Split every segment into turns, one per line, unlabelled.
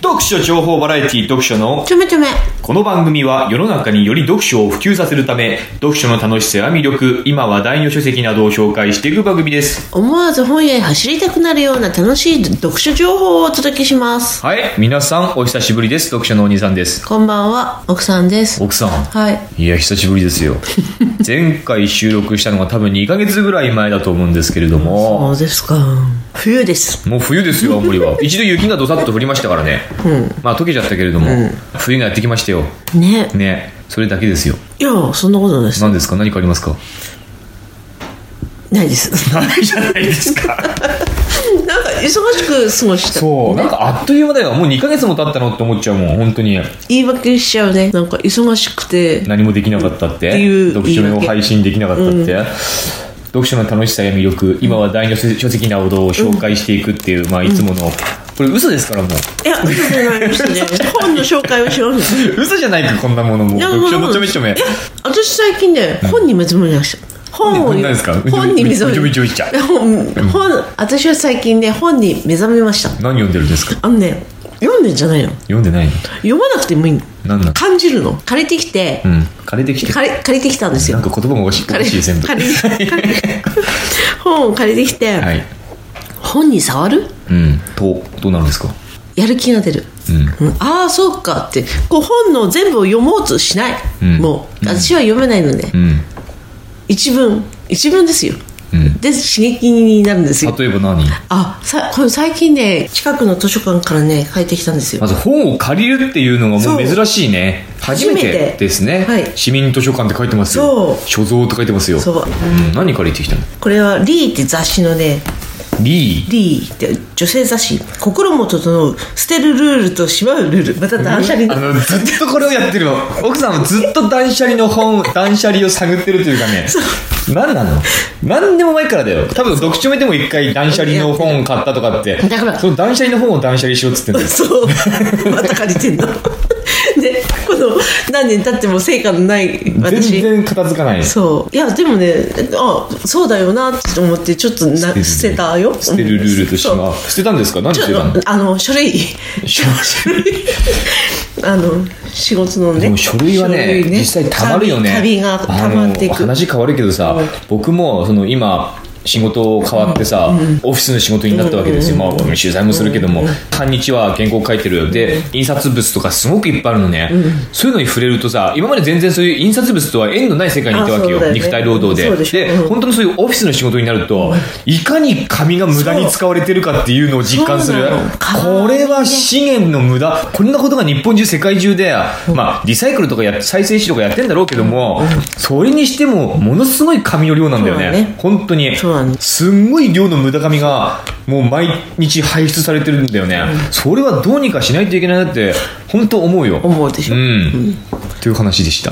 読書情報バラエティ読書の
ちょめちょめ。
この番組は世の中により読書を普及させるため読書の楽しさや魅力今話題の書籍などを紹介していく番組です
思わず本屋へ走りたくなるような楽しい読書情報をお届けします。
はい皆さんお久しぶりです読書のお兄さんです
こんばんは、奥さんです。
奥さん
はい。
いや久しぶりです よ前回収録したのが多分2ヶ月ぐらい前だと思うんですけれども
そうですか。冬です。
もう冬ですよ青森は一度雪がどさっと降りましたからね、まあ溶けちゃったけれども、冬がやってきましたよ
ね。
ねそれだけですよ
いや、そんなことないです。
何ですか何かありますか
ないです。
ないじゃないですか
なんか忙しく過ごした。
そうなんかあっという間だよもう2ヶ月も経ったのって思っちゃうもん本当に
言い訳しちゃうね。なんか忙しくて。
何もできなかったって
っていう
読書を配信できなかったって、読書の楽しさや魅力今は大の書籍などを紹介していくっていう、まあいつものこれ嘘ですからも う
いや、嘘じゃないですね。 本の紹介をします。
嘘じゃないかこんなものもう
いや
読書
も
の
う
ちょめちょめ
いや私最近ね本に目覚めました本を
本当ですか
本に目覚め
めちょめちょめちょめちゃ
いや本本私は最近ね本に目覚めました
何読んでるんですか
あのね読んでんじゃないの
読んでないの
読まなくてもいいの
何なの
感じるの借りてきて、
うん枯れてきて
借り借りてきたんです
な
よ
んか言葉がおかしいおか
借
しい
り
全部
借り借り本を借りてきて、
はい
本に触る
うんとどうなるんですか
やる気が出る、うんああそうかってこう本の全部を読もうとしない、
ん
もう私は読めないので、
うん
一文一文ですよ、
うん
で刺激になるんですよ
例えば何
あさこれ最近ね近くの図書館からね帰ってきたんですよ
まず本を借りるっていうのがもう珍しいね初め
初
て
めて
ですね、
はい
市民図書館って書いてますよ
そう
所蔵って書いてますよ
そうん
何借りてきたの
これは「リー」って雑誌のね
リ
「
ー
リー」って女性雑誌心も整う捨てるルールとしまうルールまた断捨離
あ
の
のずっとこれをやってるの奥さんはずっと断捨離の本断捨離を探ってるというかね何なの何でも前からだよ多分読書目でも一回断捨離の本を買ったとかって
だから
その断捨離の本を断捨離しようっつってんだよ
そうまた借り てんのでこの何年経っても成果のない
全
私
然片付かない
そういやでもねあそうだよなって思ってちょっとな捨てたよ
捨てるルールとして
そう
は捨てたんですか何
ち
捨
ょ
てたの
っとあの書類
書
あの仕事のね
でも書類はね
書類
実際たまるよね
カビカビがたまってい
あの
く
話変わるけどさ、
うん
僕もその今仕事を変わってさ、オフィスの仕事になったわけですよ、まあ、取材もするけども、半日は原稿書いてるで印刷物とかすごくいっぱいあるのね、そういうのに触れるとさ今まで全然そういう印刷物とは縁のない世界にいたわけよ
あそうだよね
肉体労働で
そうでしょ
で、
うん
本当にそういうオフィスの仕事になると、いかに紙が無駄に使われてるかっていうのを実感する
そうなの
これは資源の無駄こんなことが日本中世界中で、まあ、リサイクルとかや再生紙とかやってんだろうけども、それにしてもものすごい紙の量なんだよね
そうだね
本当に
そうだね
すんごい量の無駄紙がもう毎日排出されてるんだよね、それはどうにかしないといけないなって本当思うよ
思うでし
う
ょ、
ん、という話でした、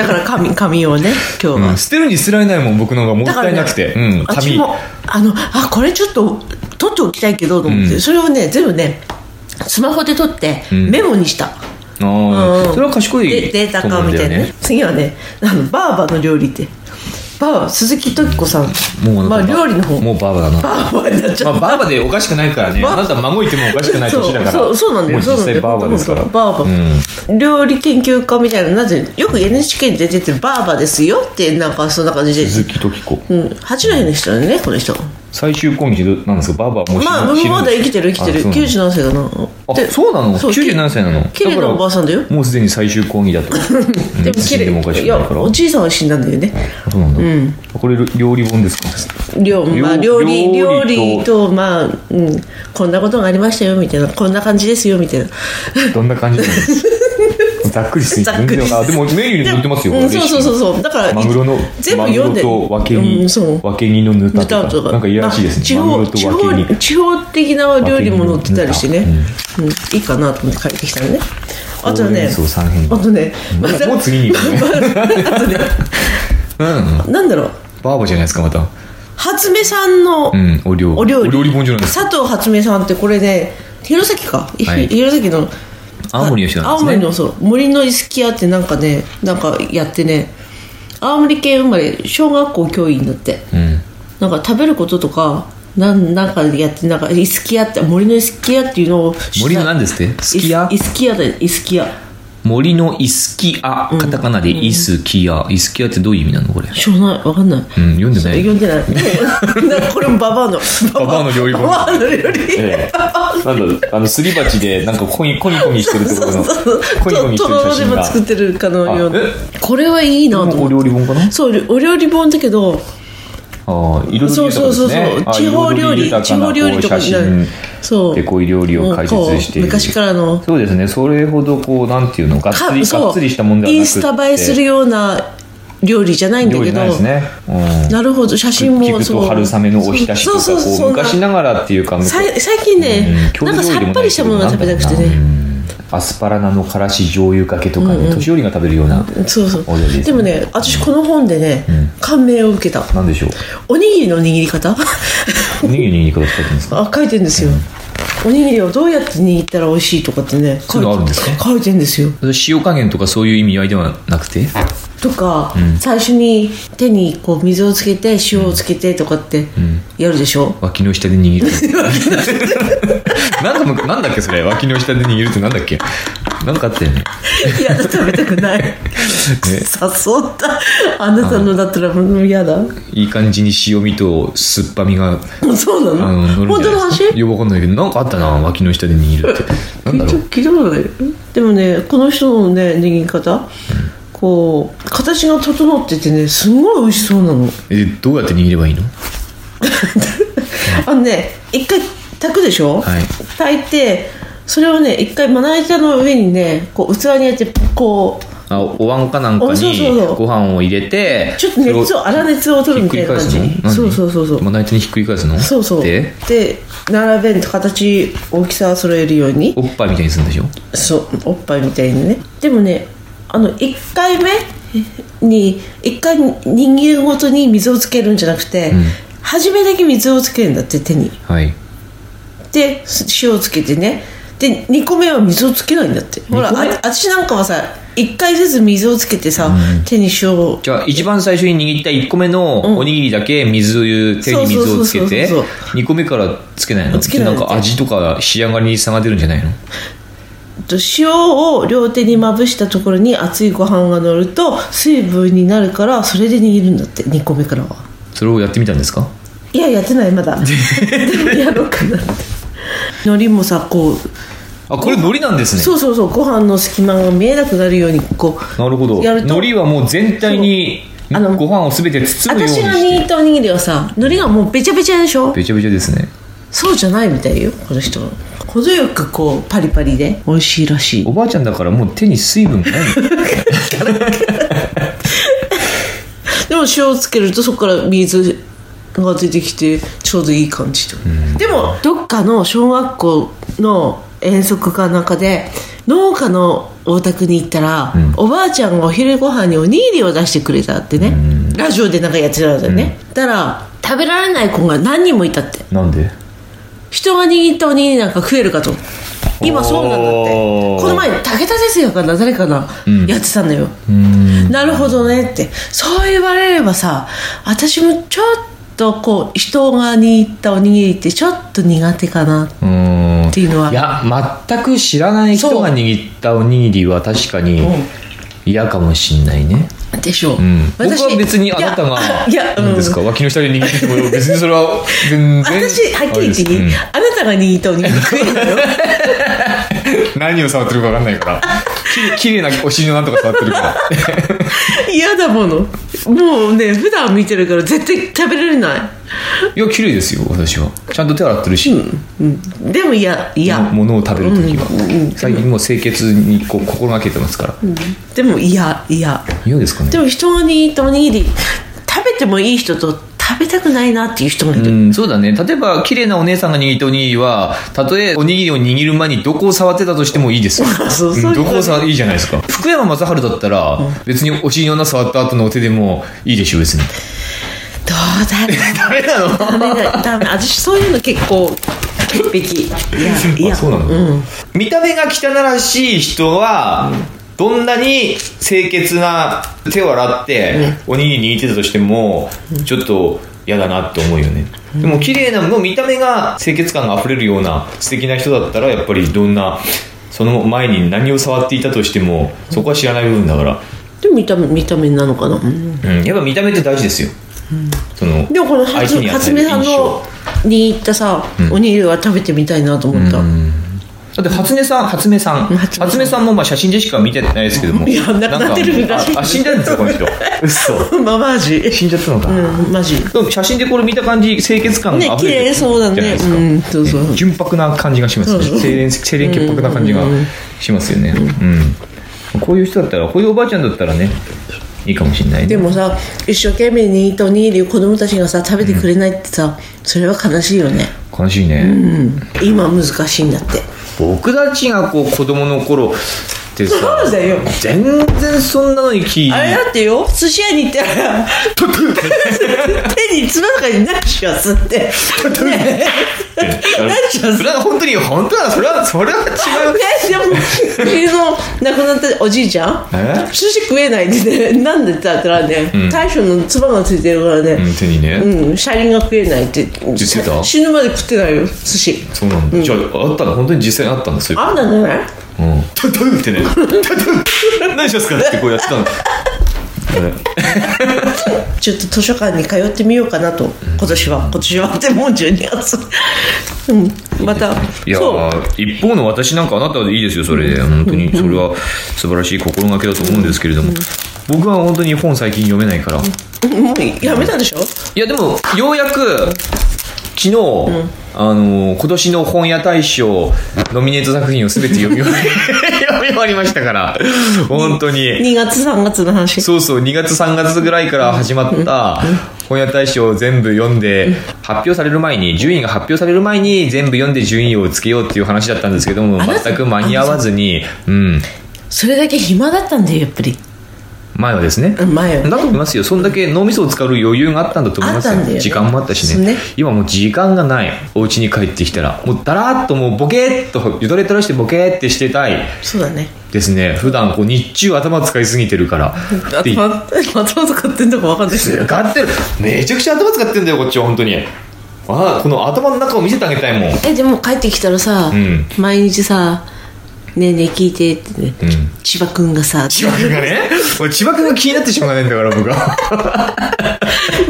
だから紙紙をね今日は、
うん捨てるに捨てられないもん僕の方がもっ
だか
た
ら
い
ね
なくて、うん、
私
紙
もあのあこれちょっと取っておきたいけどと思って、
うん
それをね全部ねスマホで取って
ん
メモにした、
あー
うん
それは賢
で
い
データ
と思
化
うん
み
だ
た
よ
いなね
ね
次はねあのバーバの料理ってバーバ鈴木時子さん
もうあ
ま
な
あ、
た
料理の方
もうバーバだな
バーバになっち
ま
ゃっ
あ、
た
バーバでおかしくないからね、
バ
あなた孫いてもおかしくない年だから、
そうそうそうなんだ
も
よ
う実際バーバですから、
そうなんだよバーバ、料理研究家みたいななぜよく NHK に出ててるバーバですよってなんかそんな感じで、
鈴木時子、
うん、八戸の人だねこの人
最終婚期でなんですか、バーバはもう死ぬ
まあ
死ぬ
まだ生きてる生きてる
あ
97歳だなで
そうなのあそうなの、
そう
97歳なの、
綺麗なおばあさんだよ
からもうすでに最終婚期 だと、うん
でも
死
綺
んでもおかし
麗
く
い
な
や
いから、
おじいさんは死んだんだよね
あそうなんだ、これ、料理本ですか、
料,、まあ、
料
料理
料
料
理
理
と
とまあ、うん、こんなことがありましたよみたいなこんな感じですよみたいな
どんな感じなんですか、ざっくりして、
ざっくり
全然わかんないでもメニューに載ってますよ、
うん、
レ
そう
シピ
そうそうそうだから
マグロの
全部読んで
マグロとワケ
う
ニ
んそう
ワケニのヌタ
豚
と
と
か
か
なんかいやらしいですね
地
マグ
方
ロと
地
ワケニ
方地方的な料理も載ってたりしてね
分けに、
うんいいかなと思って帰ってきたのねあとは
ほうれ
ね
ん草三辺
あとね
もうもう次に行くね
あとね
うん
なんだろう
バーバじゃないですかまた
初めさんの
うんお料
お料理、
お料理本じゃないですか
佐藤初めさんってこれね弘前か、い
はい
弘前の
青森の人なんですね
青森のそう森のイスキアってなんかねなんかやってね青森県生まれ小学校教員だって
うん
なんか食べることとかなんなんかやってなんかイスキアって森のイスキアっていうのを
森の何ですって
す
すき家
イスキアだよイスキア
森のイスキアカタカナでイスキアイスキアってどういう意味なのこれ
しょうがないわかんない、
うん読んでない
読ん でないなんかこれもババアの
ババアの料理本
ババアの料理
ええ、なんだろうあのすり鉢でなんかコニコニコニしてるってことのコニコニ
と
して
と
る
ろ
写
ろで
真
も
が
作ってるかのような
あえ
これはいいなと
お
思っ
料理本かな
てそうお料理本だけど
ああいろい
そ
ろ
うそうそうそう、地方料理地方料理とかになるそう
でこういう料理を解説してい
もうこう
る
昔からの
そうですねそれほどこうなんていうのがっつり
そう
がっつりしたもんではなく
イ
て
ンスタ映えするような料理じゃないんだ
料理
け
じゃ
ど
ないですね、うん
なるほど写真
聞
も
く
そ
と
う
春雨のおひたしとか
そうそうそう
こう昔ながらっていうか
さい最近ね、
うん
なんかさっぱりしたものが食べたくて
う
ね、
んアスパラナのからし醤油かけとかね、年寄りが食べるような
そうそ
お料理ですね
うでもね私この本でね、
ん
感銘を受けた
なんでしょう
おにぎりの握り方
おにぎりにいいこと書いてるんですか
あ書いてんですよ、おにぎりをどうやって握ったら美味しいとかってね書い
そういうのある
て
んですか
書いてんですよ
塩加減とかそういう意味合いではなくて
とか、最初に手にこう水をつけて塩をつけてとかってやるでしょ、
脇の下で握るなんだなんだっけそれ脇の下で握るってなんだっけなんかあったよね
やだ食べたくない誘ったあなたのだったらもう嫌だ
いい感じに塩味と酸っぱみが
そう
あ
な
の乗る
の
んじゃない
本当の話
いやわかんないけどなんかあったな脇の下で握るってなんだろう
聞いたことないでもねこの人のね握り方こう形が整っててねすごい美味しそうなの
えどうやって握ればいいの
あのね一回炊くでしょ、
はい
炊いてそれをね一回まな板の上にねこう器にやってこう
あお椀かなんか
おそう
に
そうそう
ご飯を入れて
ちょっと熱を粗熱を取るみたいな感じ
ひっくり返すの何
そうそうそうそう
まな板にひっくり返すの
そうそう
で
並べんと形大きさ揃えるように
おっぱいみたいにするんでしょ
そうおっぱいみたいにねでもねあの1回目に1回人間ごとに水をつけるんじゃなくて、初めだけ水をつけるんだって手に
はい
で塩をつけてねで2個目は水をつけないんだってほら
二個
あ
目
私なんかはさ1回ずつ水をつけてさ、手に塩を
じゃあ一番最初に握った1個目のおにぎりだけ水、手に水をつけて
そうそうそうそう
2個目からつけないの
つけない
な
の
んか味とか仕上がりに差が出るんじゃないの
と塩を両手にまぶしたところに熱いご飯が乗ると水分になるからそれで握るんだって2個目からは
それをやってみたんですか
いややってないまだでもやろうかなって海苔もさこう、
あこれ海苔なんですね
そうそうそうご飯の隙間が見えなくなるようにこう
なるほど
や
海
ると
苔はもう全体に
そうあの
ご飯を全て包むように
私が
して
握ったおにぎりはさ海苔がもうべちゃべちゃでしょ
べちゃべちゃですね
そうじゃないみたいよこの人は程よくこうパリパリで美味しいらしい
おばあちゃんだからもう手に水 分がないの
でも塩をつけるとそこから水が出てきてちょうどいい感じと、でもどっかの小学校の遠足かなんかで農家のお宅に行ったら、
ん
おばあちゃんがお昼ご飯におにぎりを出してくれたってね、ラジオでなんかやってたんだよね、だから食べられない子が何人もいたって
なんで
人が握ったおにぎりなんか食えるかと今そうなんだって
おー
この前武田鉄矢かな誰かな、やってたんだよなるほどねってそう言われればさ私もちょっとこう人が握ったおにぎりってちょっと苦手かなっ
うーん
ていうのはい
や全く知らない人が握ったおにぎりは確かに
うん
嫌かもしんないね
でしょう、
うん、僕
私
は別にあなたが
いやいやうん
何ですか、脇の下で握ってても別にそれ は全然
私はっきり言っていい、
あれで
あなたが握ったおにぎり食えるのよ
すうん何を触ってるか分かんない からきれいきれいなお尻のなんとか触ってるから
嫌だものもうね普段見てるから絶対食べられない
いや綺麗ですよ私はちゃんと手洗ってるし、
うんでも嫌嫌
ものを食べる時は、
うんうん
最近もう清潔にこう心がけてますから
でも嫌嫌
嫌、ですかね
でも人におにぎり食べてもいい人と食べたくないなっていう人もいる、
うん、そうだね。例えば、綺麗なお姉さんが握ったおにぎりは、たとえおにぎりを握る前にどこを触ってたとしてもいいですよ。
そうそ
う
う
んどこを触っていいじゃないですか。福山雅治だったら、別にお尻の穴触った後のお手でもいいでしょ、別に。
どうだろ
ダメなの
うダメだダメ私そういうの結構潔癖いやいや
あそうなの、
ん
見た目が汚らしい人は、どんなに清潔な手を洗って、おにぎり握ってたとしても、ちょっと嫌だなって思うよね、でも綺麗なもう見た目が清潔感があふれるような素敵な人だったらやっぱりどんなその前に何を触っていたとしてもそこは知らない部分だから、
で見た目見た目なのかな、うん
うん、やっぱ見た目って大事ですよ、その
でもこの
相
初
手に与
初
える
めさん
印象
のに行ったさ、おにぎりは食べてみたいなと思った、
だって初音さん初音さん
初音さん
初音さんもまあ写真でしか見てないですけども
いやななってるらしい
ああ死んじゃうんですよこの 人嘘
まあマジ
死んじゃったのか、
うんマジ
でも写真でこれ見た感じ清潔感
ね
があふ
綺
れてる
麗そうだ
じゃない
ね
ですか
うんそうそう
純白な感じがしますね
そう
清廉清廉潔白な感じがしますよねうんこういう人だったらこういうおばあちゃんだったらねいいかもしれないね
でもさ一生懸命握ったおにぎりを子供たちがさ食べてくれないってさ、それは悲しいよね
悲しいね、
今難しいんだって
僕たちがこう子供の頃ってさ
そうだよ
全然そんなのに聞い
あれだってよ寿司屋に行ったら 手につま中にナッチが吸ってね ナッチが吸って
それは本当に本当はそれはそれは違う
ねでも昨日亡くなったおじいちゃん
え
寿司食えないでねなんでって言ったらね、
ん
大将のつばがついてるからね
うん手にね、
うん、車輪が食えないって
実際だ
死ぬまで食ってないよ寿司
そうなんだ、じゃああったの本当に実際にあったんですよ
あんなんじゃない
うんトゥトゥってねトゥトゥ何しますかってこうやってたの
ちょっと図書館に通ってみようかなと今年は今年はってもう12月うんまた
いや
そう
ー一方の私なんかあなたでいいですよそれで本当にそれは素晴らしい心がけだと思うんですけれども僕は本当に本最近読めないからい
うんもうやめたでしょ
やでもようやく昨日、あのー今年の本屋大賞ノミネート作品を全て読み終わり 読み終わりましたから本当に
2月3月の話
そうそう、2月3月ぐらいから始まった本屋大賞を全部読んで、発表される前に、順位が発表される前に全部読んで順位をつけようっていう話だったんですけども、
あなた
全く間に合わずに、うん、
それだけ暇だったんだよやっぱり
前はですね
う。ん前
だ
よ
と思いますよ。そんだけ脳みそを使う余裕があったんだと思いますよ。
あったんだよね
時間もあったしね
そうね
今もう時間がない。お家に帰ってきたら、もうだらーっともうボケーっと、ゆとれたらしてボケーってしてたい
そうだね
ですね。普段こう日中頭使いすぎてるから。って
頭頭使ってんのか分かんないですよ
使ってるめちゃくちゃ頭使ってんだよこっちは本当にああこの頭の中を見せてあげたいもん
えでも帰ってきたらさ、
ん
毎日さ「ねえねえ聞いて」ってね、
ん
千葉くんがさ
千葉君がね俺千葉君が気になってしょうがないんだから僕は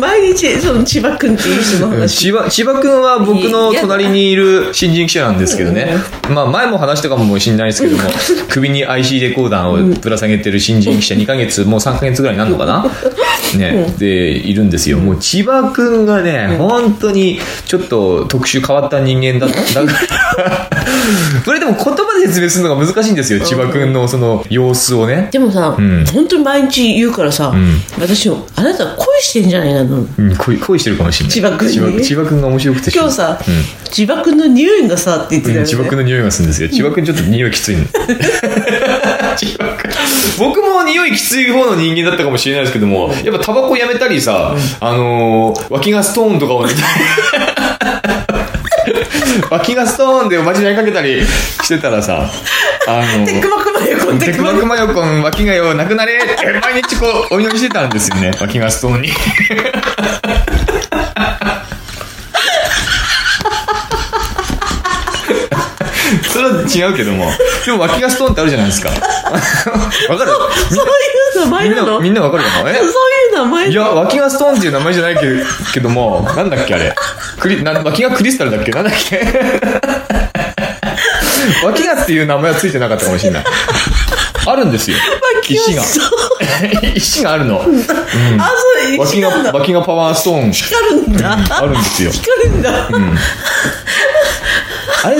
毎日その千葉くんっていう人の話
千葉千葉君は僕の隣にいる新人記者なんですけどね、まあ、前も話したかもしれないです けども首に IC レコーダーをぶら下げてる新人記者2ヶ月もう3ヶ月ぐらいになるのかなねでいるんですよもう千葉君がね本当にちょっと特殊変わった人間だだ からそれでも言葉で説明するのが難しいんですよ千葉君のその様子をね
でもさ、
ん
本当に毎日言うからさ、私もあなた恋してんじゃないかと思う
うん恋恋してるかもしれない
千葉君に
千葉千葉君が面白くてしょ
今日さ、千葉くんの匂いがさって言ってたよ
うん
ね
千葉君の匂いがするんですよ千葉君ちょっと匂いきつ いの千葉君僕も匂いきつい方の人間だったかもしれないですけどもやっぱタバコやめたりさ、あのー脇がストーンとか を脇がストーンでおまじないかけたりしてたらさあのー
テクマクマよこん
テ
テ
ク
クマ
マ
ク
クマヨコン脇がよなくなれ って毎日こうお祈りしてたんですよね脇がストーンに それは違うけどもでも脇がストーンってあるじゃない ですかわかる
そういう名前
みん
なの
なみんなわかるかなえ
そういう名前
いや、脇がストーンっていう名前じゃないけけども、なんだっけあれ。クリな脇がクリスタルだっけなんだっけ脇がっていう名前はついてなかったかもしれない。あるんですよ。石が。石がある の。
あそう
脇
石
が
なんだ、
脇がパワーストーン。
光るんだ、
あるんですよ。
光るんだ、
あれ、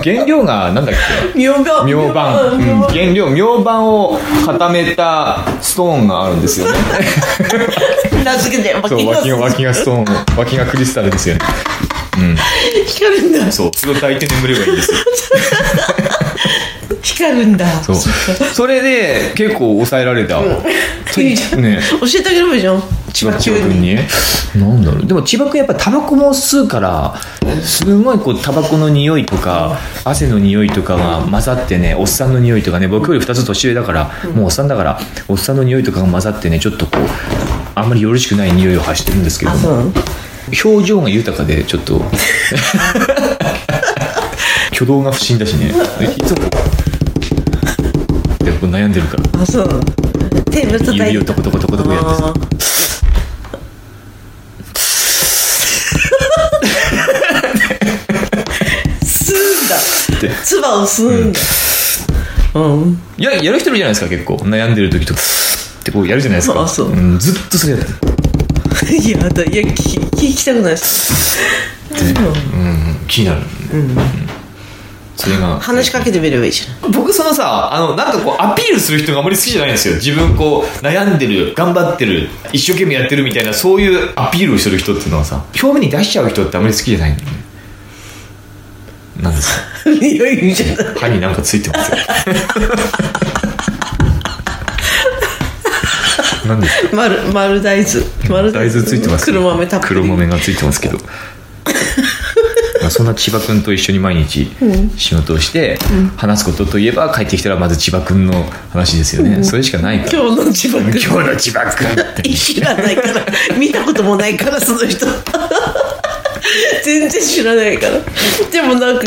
原料がなんだっけ
ミョウバン
明板。う
ミョウ
ん
バン
原料、明板を固めたストーンがあるんですよね。
名付けて脇
そう、脇が、
が
脇がストーン、脇がクリスタルですよね。
光るんだ
そう、それを抱いて眠ればいいんですよ。
光るんだ
そう。それで、結構抑えられた。
いい じゃん
ね。
教えてあげればいいじゃん千葉
千葉
君
君
に
に何だろうでも千葉君やっぱタバコも吸うからすごいこうタバコの匂いとか汗の匂いとかが混ざってねおっさんの匂いとかね僕より2つ年上だからもうおっさんだからおっさんの匂いとかが混ざってねちょっとこうあんまりよろしくない匂いを発してるんですけど
あそうなの
表情が豊かでちょっ と挙動が不審だしねいつもでこう悩んでるから
あそうなの手ぶつたい
指をトコトコトコトコやって さ
あー吸うんだ唾を吸うんだうん
いややる人いるじゃないですか結構悩んでる時とかってこうやるじゃないですか、
あそうん
ずっとそれやって
いやだいや聞聞きたくないし
うん気になる、うん、それが
話しかけてみればいいじゃん
僕そのさあのなんかこうアピールする人があまり好きじゃないんですよ自分こう悩んでる頑張ってる一生懸命やってるみたいなそういうアピールをしてる人っていうのはさ表面に出しちゃう人ってあまり好きじゃないんだよねなんです か
匂いじゃない
歯になんかついてますよ なんですか
丸丸大豆丸
大豆ついてます
黒豆たっぷり
黒豆がついてますけ どまあそんな千葉君と一緒に毎日仕事をして、話すことといえば帰ってきたらまず千葉君の話ですよね、それしかないから
今日の自分
今日の千葉君 って
知らないから見たこともないからその人全然知らないからでもなんか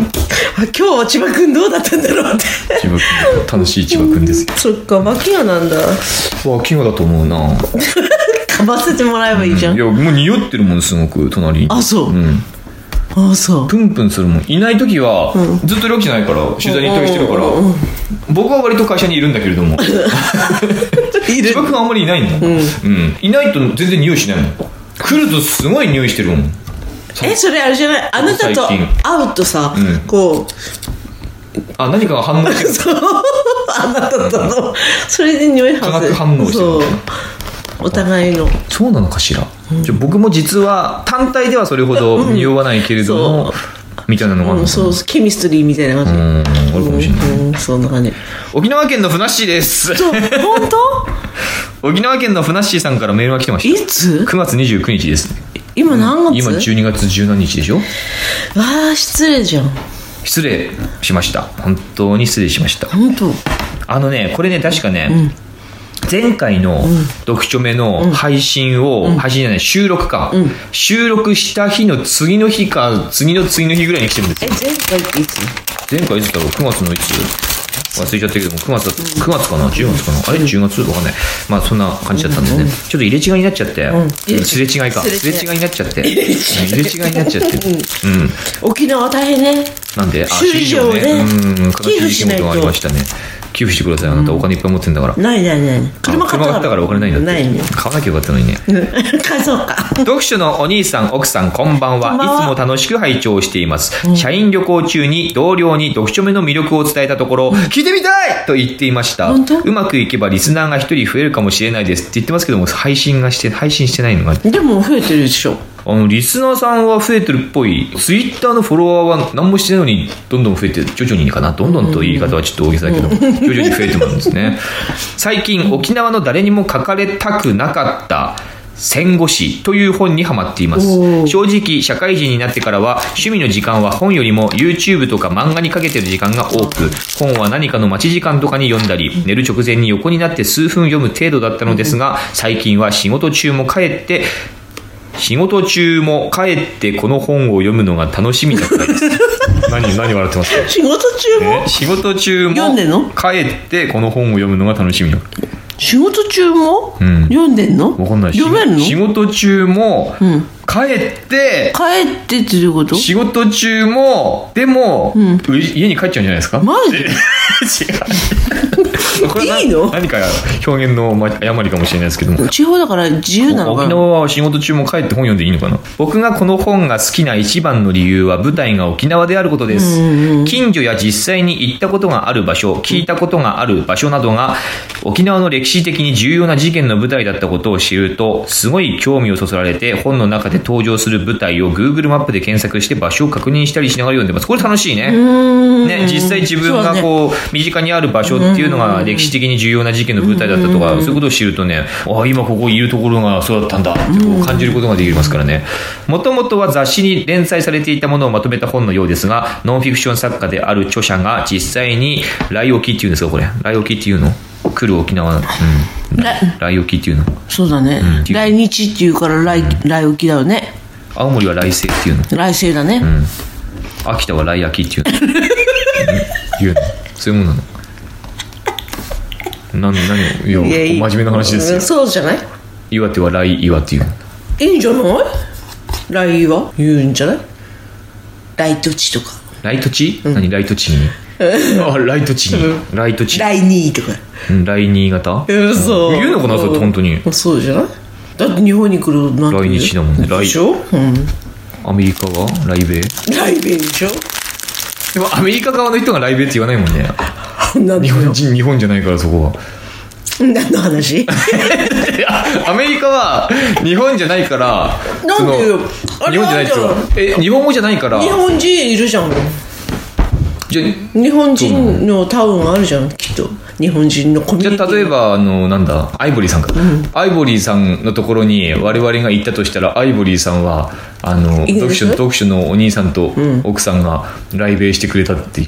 あ今日は千葉君どうだったんだろうって
千葉君楽しい千葉君ですよ
そっか脇屋なんだ
うわ器用だと思うな
かませてもらえばいいじゃん、
いやもう匂ってるもんすごく隣に
あそうんああそう
プンプンするもんいない時は、ずっと料金ないから取材に行ったりしてるから、
うんうん
僕は割と会社にいるんだけれども
い
自
る
分があんまりいないんだ、うんいないと全然匂いしないもん来るとすごい匂いしてるもん
えそれあれじゃないあなたと
最近
会うとさ、
ん
こ
あ何かが反応して
う
る
そうあなたとのそれで匂い
化学
発
反応してる
そうお互いの
そうなのかしら、じゃあ僕も実は単体ではそれほど匂わないけれども、みたいなのがある
う
の
ん
かな
そうケミストリーみたいな感
うんあるかもし
じ
れない
うんそんな感じ
沖縄県のふなっしーです
そう本当
沖縄県のふなっしーさんからメールが来てまし
いつ
た9月29日ですね
今何月
今12月17日でしょ
わあ失礼じゃん
失礼しました本当に失礼しました
本当
あのねこれね確かね、前回の読書目の配信を、配信じゃない収録か、収録した日の次の日か次の次の日ぐらいに来てるんです
え
よ
前回っていつ
前回いつだろう9月のいつ忘れちゃったけども9月だ9月かな10月かな、あれ10月わかんないまあそんな感じだったんですね、ちょっと入れ違いになっちゃって、すれ違いかす
す
れ
れ違
違
い
いになっちゃって入れ違いになっちゃってうん
沖縄大変ね
なんで、あ、
首里城ね
うん、
寄
悲し
付
い
し
出
ない
来事
と
がありましたね。寄付してください。あなたお金いっぱい持ってんだから。
ないないない車買ったから
お金ないんだって。
ないね
買わなきゃよかったのにね。
うん 返そうか
読書のお兄さん、奥さん、こんばんは。
こんばんはい
つも楽しく拝聴しています。社員旅行中に同僚に読書目の魅力を伝えたところ、聞いてみたいと言っていました。
本当
うまくいけばリスナーが一人増えるかもしれないですって言ってますけども、配信がして、配信してないのが
でも増えてるでしょ
あの、リスナーさんは増えてるっぽい。ツイッターのフォロワーは何もしてないのに、どんどん増えて、徐々にかな。どんどんという言い方はちょっと大げさだけど、徐々に増えてもらうんですね。最近、沖縄の誰にも書かれたくなかった、戦後史という本にハマっています
おー
正直社会人になってからは趣味の時間は本よりも YouTube とか漫画にかけてる時間が多く本は何かの待ち時間とかに読んだり寝る直前に横になって数分読む程度だったのですが最近は仕事中も帰って仕事中も帰ってこの本を読むのが楽しみだからです 何何笑ってますか
仕事中も
え仕事中も
読んでんの
帰ってこの本を読むのが楽しみだ
仕事中も
ん
読んでんの
わかんない
読めるの
仕
帰
事中も
ん
帰って、
ってってどういうこと
仕事中もでも、う家に帰っちゃうんじゃないですか
マジで
違う これはい
いの
何か表現のま誤りかもしれないですけども
地方だから自由なの
沖
かな
縄は仕事中も帰って本読んでいいのかな僕がこの本が好きな一番の理由は舞台が沖縄であることです、近所や実際に行ったことがある場所聞いたことがある場所などが沖縄の歴史的に重要な事件の舞台だったことを知るとすごい興味をそそられて本の中で登場する舞台を Google マップで検索して場所を確認したりしながら読んでますこれ楽しいね、ね、実際自分がこう身近にある場所っていうのが歴史的に重要な事件の舞台だったとか、そういうことを知るとねああ今ここいるところがそうだったんだってこう感じることができますからねもともとは雑誌に連載されていたものをまとめた本のようですがノンフィクション作家である著者が実際に来沖っていうんですかこれ来沖っていうの来る沖縄、うん
ら
来沖っていうの
そうだね、来日っていうから来,、来沖だよね
青森は来世っていうの
来世だね、
秋田は来秋っていうのうんいうのそういうもんなの何何をいや
いい
真面目な話です
う
よ
んそうじゃない
岩手は来岩っていうの
いいんじゃない来は言うんじゃない来土地とか
ライト地、何ライト地にあライト地に、ライト地
来にとか
うん来新潟
えそう
言うのかなそれ本当に
そうじゃないだって日本に来るなんて
来日だもんね来
でしょ、うん、
アメリカは来米
来米でしょ
でもアメリカ側の人が来米って言わないもんね
何
日本人日本じゃないからそこは
何の 話
いや アメリカは日本じゃないから
なんで
そ
よ
の
あ
日
れ
本じゃな
あ
いで
るじゃ
す
ん
よえ日本語じゃないから
日本人いるじゃん
じゃ
日本人のタウンあるじゃんきっと日本人のコミ
じ
ュニテ
ゃあ
ィ
例えばあのなんだアイボリーさんか、アイボリーさんのところに我々が行ったとしたらアイボリーさんはあの
イギリ
読
ス
書読書のお兄さんと奥さんが来米してくれたっていう、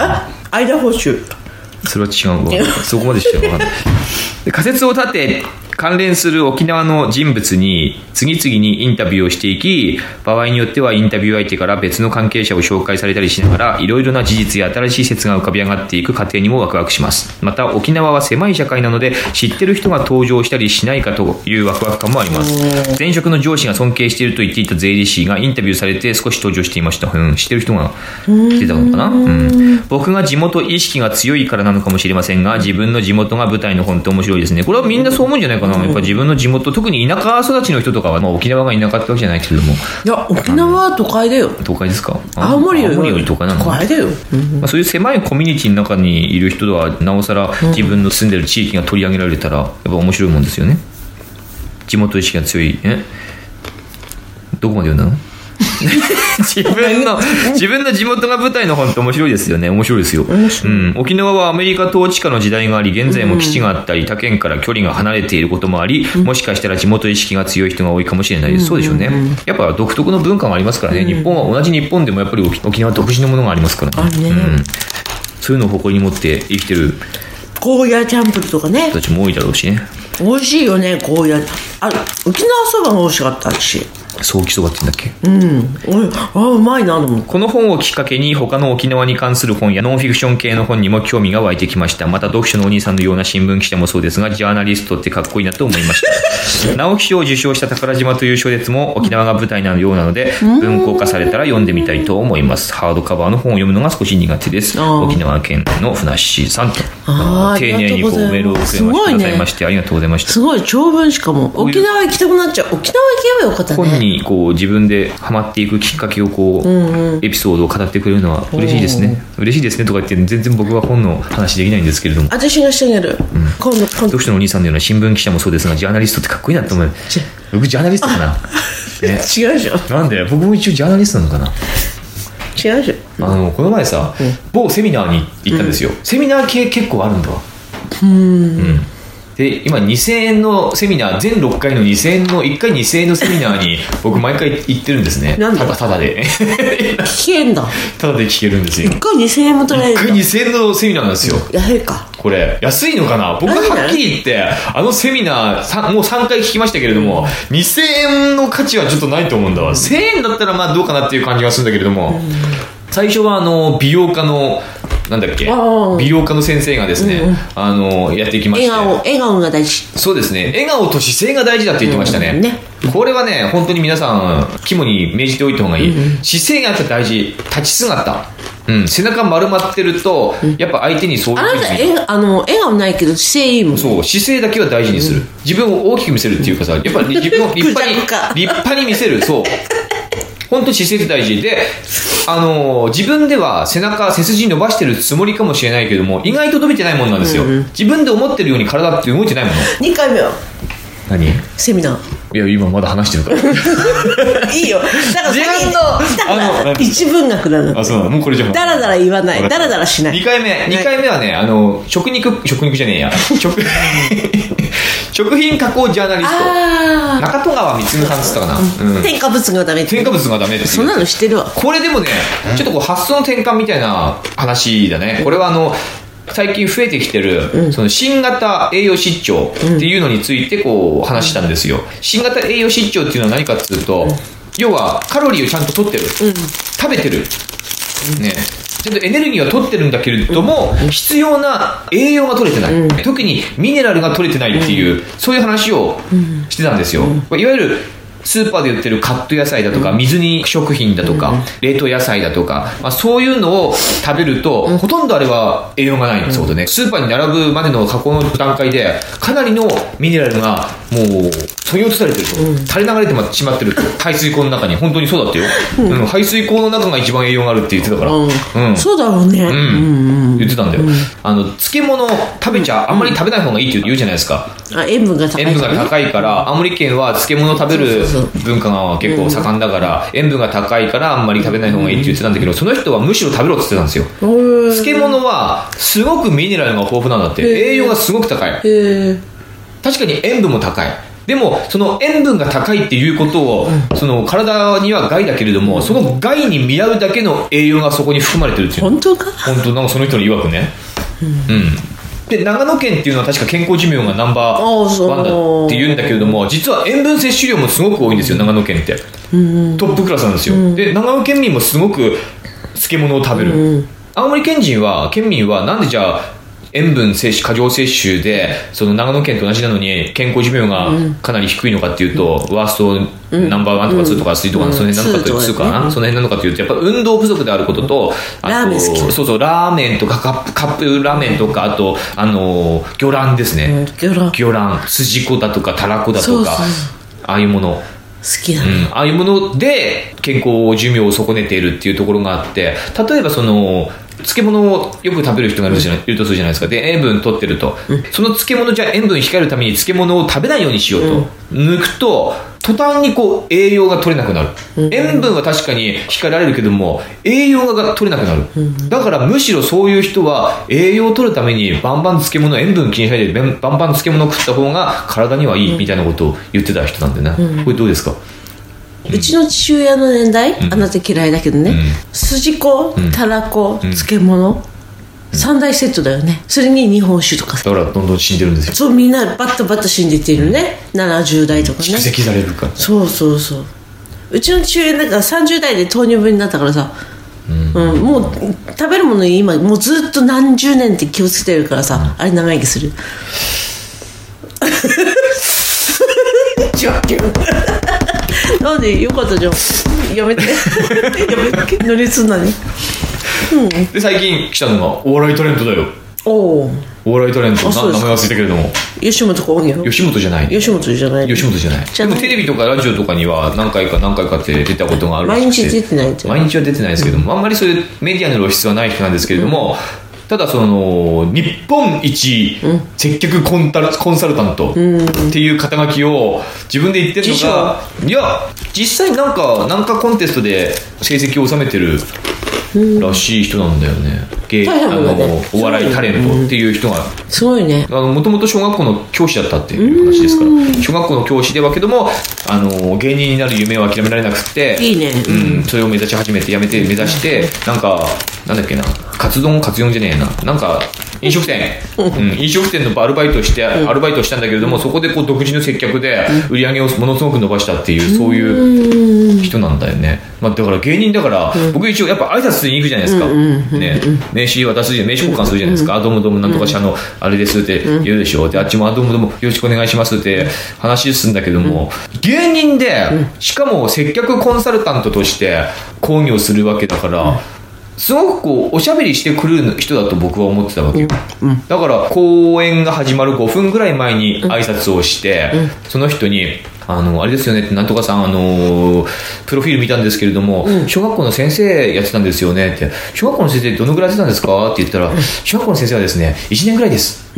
アイダホ州
それは違うわそこまでしか分かんないで仮説を立て関連する沖縄の人物に次々にインタビューをしていき場合によってはインタビュー相手から別の関係者を紹介されたりしながらいろいろな事実や新しい説が浮かび上がっていく過程にもワクワクしますまた沖縄は狭い社会なので知ってる人が登場したりしないかというワクワク感もあります前職の上司が尊敬していると言っていた税理士がインタビューされて少し登場していました、うん、知ってる人が来てたのかな、うん、僕が地元意識が強いからなのかもしれませんが自分の地元が舞台の本当面白いですねこれはみんなそう思うんじゃないかなやっぱ自分の地元特に田舎育ちの人とかは、まあ、沖縄が田舎ってわけじゃないけれども
いや沖縄は都会だよ
都会ですかあ
青森より
青森より都会なの
都会だよ、うん
まあ、そういう狭いコミュニティの中にいる人はなおさら自分の住んでる地域が取り上げられたらやっぱ面白いもんですよね地元意識が強いえどこまで読んだ の自分の自分の地元が舞台の本って面白いですよね面白いですよ、うん、沖縄はアメリカ統治下の時代があり現在も基地があったり他県から距離が離れていることもありもしかしたら地元意識が強い人が多いかもしれないですそうでしょうねやっぱ独特の文化がありますからね日本は同じ日本でもやっぱり沖沖縄独自のものがありますからね
あるね
うん、そういうのを誇りに持って生きてる
ゴーヤーチャンプルとかね
人たちも多いだろうしね
美味しいよねゴーヤーあ沖縄そばが美味しかったし
早期そばって言うんだっけ
うんおいあうまいなと思って
この本をきっかけに他の沖縄に関する本やノンフィクション系の本にも興味が湧いてきました。また読書のお兄さんのような新聞記者もそうですが、ジャーナリストってかっこいいなと思いました。直木賞を受賞した宝島という小説も沖縄が舞台なようなので、文庫化されたら読んでみたいと思います。ハードカバーの本を読むのが少し苦手です。
あー
沖縄県のふなっしーさんと
あー
丁寧にこうメールを送り
す
まし
ご
て
い
く
ね
ださいまして、ありがとうございました。
すごい長文しかも
ういう
沖縄行きたくなっちゃう沖縄行けばよかった
本
ね
にこう自分でハマっていくきっかけをこう、エピソードを語ってくれるのは嬉しいですね嬉しいですねとか言って全然僕は本の話できないんですけれど も
私がしてあげる、今度今度
読書のお兄さんのような新聞記者もそうですがジャーナリストってかっこいいなと思う僕ジャーナリストか なね
違うじゃん
なんで僕も一応ジャーナリストなのかな
違うじゃん
あのこの前さ、某セミナーに行ったんですよ、セミナー系結構あるんだわうんで今2000円のセミナー全6回の2000円の1回2000円のセミナーに僕毎回行ってるんですね
なんで
ただただで
聞けんだ
ただで聞けるん ですよ
1回2000円も取られ
1
る
回
の
2000円のセミナーなんですよ
安いか
これ安いのかな僕ははっきり言ってあのセミナーさもう3回聞きましたけれども2000円の価値はちょっとないと思うんだわ1000円だったらまあどうかなっていう感じがするんだけれども最初はあの美容家のなんだっけ
あー
美容家の先生がですねあのやっていきまし
笑
て
顔笑顔が大事
そうですね笑顔と姿勢が大事だって言ってましたね,、
うんね
これはね本当に皆さん肝に銘じておいた方がいい、姿勢がやっぱ大事立ち姿うん、背中丸まってると、やっぱ相手にそういう
あ
ふう
な
に
た笑顔あの笑顔ないけど姿勢いいもん
そう姿勢だけは大事にする、自分を大きく見せるっていうかさやっぱり自 分を立派に
愚直か
立派に見せるそう本当姿勢って大事で、あのー自分では背中背筋伸ばしてるつもりかもしれないけども意外と伸びてないもんなんですよ、自分で思ってるように体って動いてないもの
2回目は
何い
セミナー
や今まだ話してるから
いいよ。だから
自分の
だか
あのなん
ら
か
一文学な の。
あそうなのもうこれじゃ
だらだら言わない。だらだらしない。
2回目二回目はねあの食肉食肉じゃねえや食 食品加工ジャーナリスト
あ
中戸川光さんっつったかな、
あ。
うん、
添加物がダメ。
添加物がダメっていう
そんなのしてるわ。
これでもね、ちょっとこう発想の転換みたいな話だね。これはあの、最近増えてきてる、その新型栄養失調っていうのについてこう話したんですよ。新型栄養失調っていうのは何かっていうと、要はカロリーをちゃんと取ってる。食べてる。ね。ちゃんとエネルギーは取ってるんだけれども、必要な栄養が取れてない、特にミネラルが取れてないっていう、そういう話をしてたんですよ、いわゆるスーパーで売ってるカット野菜だとか、水煮食品だとか、冷凍野菜だとか、まあ、そういうのを食べると、ほとんどあれは栄養がないんですことね、スーパーに並ぶまでの加工の段階でかなりのミネラルがもうそぎ落とされてると、垂れ流れてしまってると排水溝の中に本当にそうだってよ、うん排水溝の中が一番栄養があるって言ってたから、
うん
うん
そうだろうね、うん
うん言ってたんだよ、あの漬物食べちゃあんまり食べない方がいいって言うじゃないですか
あ塩分が高い
塩分が
い
高いから青森県は漬物食べる
そうそう
文化が結構盛んだから塩分が高いからあんまり食べない方がいいって言ってたんだけどその人はむしろ食べろって言ってたんですよ漬物はすごくミネラルが豊富なんだって
へー
栄養がすごく高い
へえ
確かに塩分も高いでもその塩分が高いっていうことを、その体には害だけれどもその害に見合うだけの栄養がそこに含まれてるっていう
本当か
本当なんかその人の曰くねうん、で長野県っていうのは確か健康寿命がナンバ
ああ
ー
そう
ワンだって言うんだけれども実は塩分摂取量もすごく多いんですよ長野県ってトップクラスなんですよ、で長野県民もすごく漬物を食べる、青森県人は県民はなんでじゃあ塩分摂取過剰摂取でその長野県と同じなのに健康寿命がかなり低いのかっていうと、ワーストナンバーワンとか2とか3とかのその辺なのかという
うん
2かな、その辺なのかというとやっぱ運動不足であることとあと
ラーメン好き
そうそうラーメンとかカップカップラーメンとかあとあの魚卵ですね、
魚卵好
魚卵筋子だとかたらこだとか
そうそう
ああいうもの
きな
う
の、
ん、ああいうもので健康寿命を損ねているっていうところがあって例えばその漬物をよく食べる人がいるじゃないいるとするじゃないですかで塩分取ってると、その漬物じゃあ塩分控えるために漬物を食べないようにしようと、抜くと途端にこう栄養が取れなくなる、塩分は確かに控えられるけども栄養が取れなくなる、だからむしろそういう人は栄養を取るためにバンバン漬物塩分気にしないでバンバン漬物食った方が体にはいいみたいなことを言ってた人なんでね、これどうですか
うちの父親の年代、あなた嫌いだけどね、
ん
筋子たらこ漬物、三大セットだよねそれに日本酒とかさ
だからどんどん死んでるんですよ
そうみんなバッタバッタ死んでってるね、70代とかね
蓄積されるから
そうそうそううちの父親なんか30代で糖尿病になったからさ、うんもう食べるものに今もうずっと何十年って気をつけてるからさ、あれ長生き するジョーキンなんでよかったじゃんやめてやめて乗りすんなに
で最近来たのがお笑いタレントだよ
おお
お笑いタレント
あそう
な
で
名
す
前忘れたけれども
吉本興業
吉本じゃない
吉本じゃない
吉本じゃない
じゃ
で
ない
もテレビとかラジオとかには何回か何回かって出たことがあるらし
毎
く
日出てないんじゃん
毎日は出てないですけども、あんまりそういうメディアの露出はない人なんですけれども、ただその日本一接客コンタルコンサルタントっていう肩書きを自分で言ってるのがいや実際なんかなんかコンテストで成績を収めてるらしい人なんだよね芸
大
あ
変だよね
のお笑いタレントっていう人が
すごいね
あの、もともと小学校の教師だったっていう話ですから、小学校の教師ではけども、あの、芸人になる夢を諦められなくて、
いいね
うん、それを目指し始めて、やめて、目指して、なんか、なんだっけな、カツ丼、カツ丼じゃねえな、なんか、飲食店、うん、飲食店のアルバイトして、アルバイトしたんだけれども、そこでこう独自の接客で売り上げをものすごく伸ばしたっていう、そういう人なんだよね。まあだから芸人だから、僕一応やっぱ挨拶しに行くじゃないですか。ね、名刺渡すじゃん、名刺交換するじゃないですか。あ、どうもどうもなんとか社のあれですって言うでしょ。で、あっちもあ、どうもどうもよろしくお願いしますって話すんだけども、芸人で、しかも接客コンサルタントとして講義をするわけだから、すごくこうおしゃべりしてくる人だと僕は思ってたわけよ、だから公演が始まる5分ぐらい前に挨拶をして、その人に「あのあれですよね」って「なんとかさん、あのープロフィール見たんですけれども、小学校の先生やってたんですよね」って「小学校の先生どのぐらいやってたんですか?」って言ったら「小学校の先生はですね1年ぐらいです」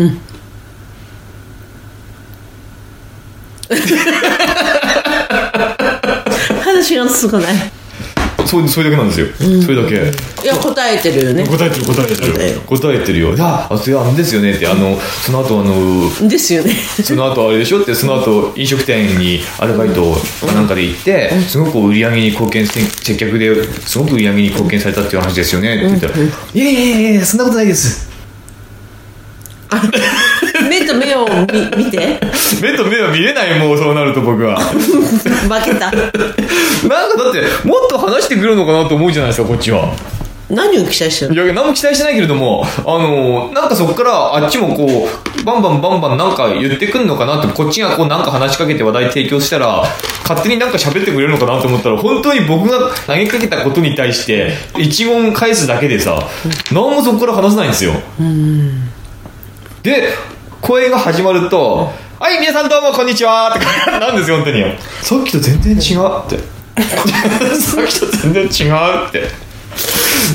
話が進まない
そうそれだけなんですよ、それだけ
いや答えてるよね
答えてる答えてる答えてるよ「ああとやあれですよね」ってあのその後あの
で すよね
その後あれでしょってその後飲食店にアルバイトかなんかで行ってすごく売り上げに貢献して接客ですごく売り上げに貢献されたっていう話ですよねって言ったら「いやいやいやいやそんなことないです」
目と目を見見て
目と目は見れないもうそうなると僕は
負け
なんかだっ
た
てもっと話してくるのかなと思うじゃないですかこっちは
何を期待してる
いや何も期待してないけれどもあのーなんかそこからあっちもこうバンバンバンバンなんか言ってくんのかなってこっちがこうなんか話しかけて話題提供したら勝手になんか喋ってくれるのかなと思ったら本当に僕が投げかけたことに対して一言返すだけでさ何もそこから話せないんですよで声が始まると「はい皆さんどうもこんにちは」ってなんですよ本当にさっきと全然違うってさっきと全然違うって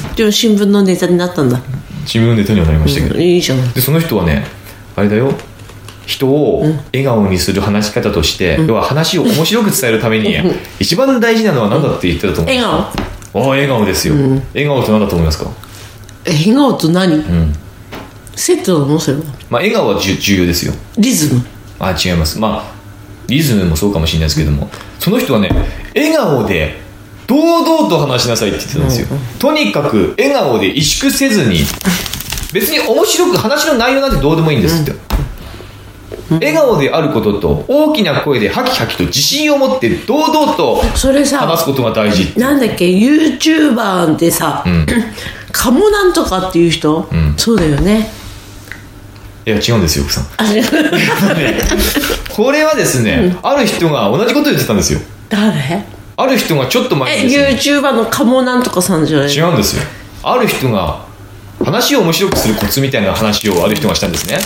のでも新聞のネタになったんだ
自分のネタにはなりましたけど、
いいじゃん
でその人はねあれだよ人を笑顔にする話し方として、要は話を面白く伝えるために、一番大事なのは何だって言ってたと思う
笑顔
ああ笑顔ですよ、笑顔って何だと思いますか、
え笑顔と何、
ん
セットなのそれは
まあ、笑顔は重重要ですよ
リズム
あ違いますまあリズムもそうかもしれないですけどもその人はね笑顔で堂々と話しなさいって言ってたんですよ、とにかく笑顔で萎縮せずに別に面白く話の内容なんてどうでもいいんですって、笑顔であることと大きな声でハキハキと自信を持って堂々と
それさ
話すことが大事
なんだっけ YouTuber でさ、
ん
カモなんとかっていう人、
ん
そうだよね
いや違うんですよ奥さん
あれ
これはですね、ある人が同じこと言ってたんですよ
誰
ある人がちょっと前
え
にですね
YouTuber のカモなんとかさんじゃない
違うんですよある人が話を面白くするコツみたいな話をある人がしたんですね、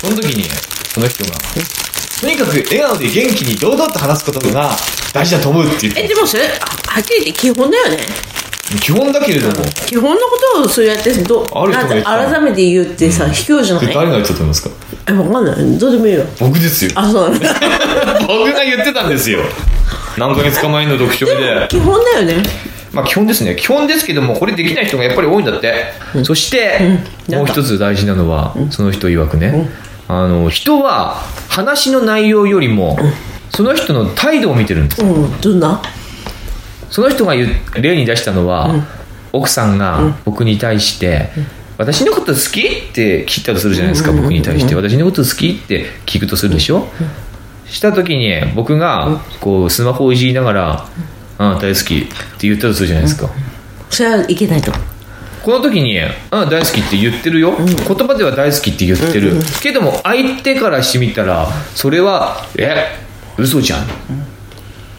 その時にその人がとにかく笑顔で元気に堂々と話すことが大事だと思うって言っ
え
て
でもそれあはっきり言って基本だよね
基本だけれども
基本のことをそうやってど
ある人が言ってた
なんか改めて言うってさ、卑怯じゃな
で
い
誰が言ってたと思いますか
え分かんないどうでもいいよ
僕 ですよ
あそ うなんだ
僕が言ってたんですよ何ヶ月か前の読書会で
基本だよね
まあ基本ですね基本ですけどもこれできない人がやっぱり多いんだって、そして、
うん
もう一つ大事なのは、その人曰くね、あの人は話の内容よりも、その人の態度を見てるんです
うんどんな
その人が言う例に出したのは、奥さんが僕に対して、私のこと好きって聞いたとするじゃないですか、僕に対して、私のこと好きって聞くとするでしょ、した時に僕がこうスマホをいじりながら「うん大好き」って言ったとするじゃないですか、
それはいけないと
この時に「うん大好き」って言ってるよ、言葉では大好きって言ってる、けども相手からしてみたらそれは「え嘘じゃん」っ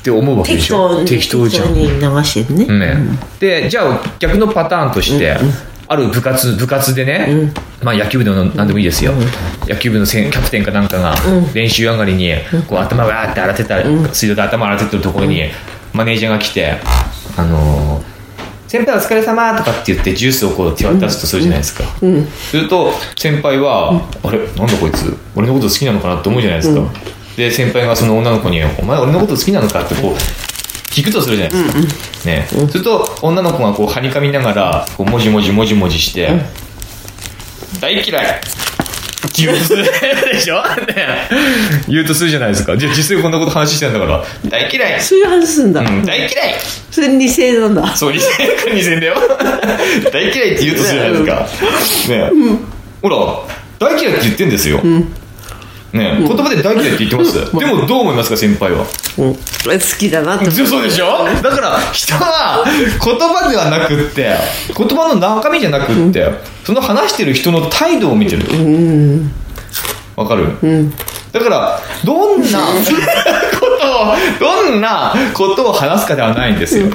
て思うわけで
適
しょ
当に
適当じゃん
に流してるね、
ねでじゃあ逆のパターンとして、ある部活部活でね、まあ、野球部でも何でもいいですよ、野球部のせんキャプテンかなんかが練習上がりにこう頭わーって洗ってた、水道で頭洗ってたところにマネージャーが来て「あのー先輩お疲れ様とかって言ってジュースをこう手渡すとするじゃないですか、すると先輩は「あれなんだこいつ俺のこと好きなのかな?」って思うじゃないですか、で先輩がその女の子に「お前俺のこと好きなのか?」ってこう聞くとするじゃないですか、ねすると女の子がこうはにかみながらこうもじもじもじもじして「大嫌い!」って言うとするでしょ、ね、言うとするじゃないですかじゃあ実際こんなこと話してたんだから「大嫌い!」
そういう話すんだ、
うん、大嫌い
それ偽なんだ
そう、2000円か2000円だよ。大嫌いって言うとするじゃないですか。ねえ、ほら、大嫌いって言ってんですよ。ねえ、言葉で大嫌いって言ってます。でもどう思いますか、先輩は。
うん、好きだなと
そうそうでしょだから、人は言葉ではなくって、言葉の中身じゃなくって、その話してる人の態度を見てる。わかる、だから、どんなことを、どんなことを話すかではないんですよ。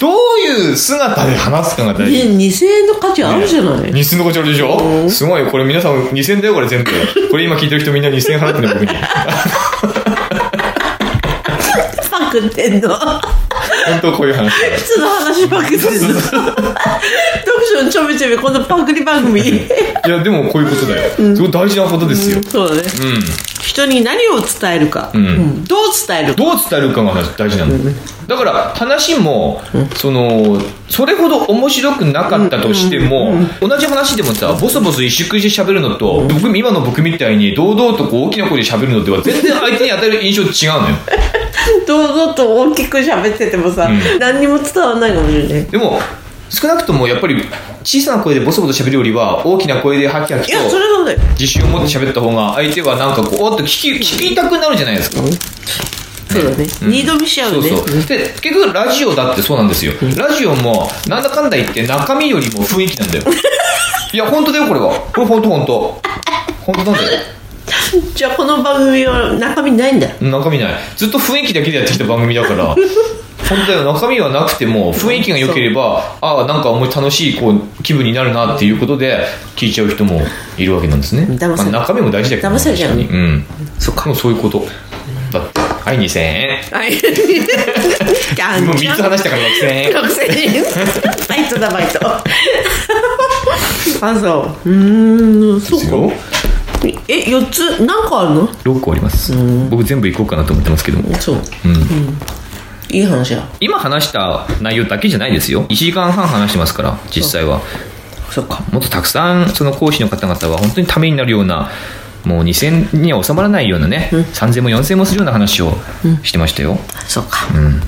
どういう姿で話すかが大事。
え2000円の価値あるじゃない、
2000のこちらでしょすごいよ。これ皆さん2000だよ、これ全部。これ今聞いてる人みんな2000払ってるの、僕に。
パクってんの
本当こういう話。
普通の話パクってんの 読書のちょびちょびこのパクリ番組
いや、でもこういうことだよ。すごい大事なことですよ。
そうだね、人に何を伝えるか、うんどう伝えるか
どう伝えるかが大事なの、だから話もそのそれほど面白くなかったとしても、同じ話でもさボソボソ萎縮して喋るのと、僕今の僕みたいに堂々とこう大きな声で喋るのでは全然相手に与える印象違うのよ
堂々と大きく喋っててもさ、
ん
何にも伝わらないかもしれない
でも少なくともやっぱり小さな声でボソボソ喋るよりは大きな声でハキハ
い
キと
やそれはね
自信を持って喋った方が相手はなんかこうおっと聞き聞きたくなるじゃないですか
そうだね、二度見しちゃ
そうう
ね
そうで結局ラジオだってそうなんですよラジオもなんだかんだ言って中身よりも雰囲気なんだ よいや本当だよこれはこれ本当本当本当なんだよ
じゃあこの番組は中身ないんだ
中身ないずっと雰囲気だけでやってきた番組だから本当だよ中身はなくても雰囲気が良ければああなんかあんまり楽しいこう気分になるなっていうことで聞いちゃう人もいるわけなんですね、
騙され
まあ中身も大事だけど
騙されちゃう
確かにうん
そっか
もうそういうことだってはい2000円
はい ガ
もう
ンちゃ
3
ん
つ話したから6000円
6000円バイトだバイトあそううーんそう
ですよ
え四4つ何個あるの
6個あります僕全部いこうかなと思ってますけども
そう、うんいい話だ
今話した内容だけじゃないですよ1時間半話してますから実際は
そっか
もっとたくさんその講師の方々は本当にためになるようなもう2000には収まらないようなね、3000も4000もするような話をしてましたよ、
そっか
うん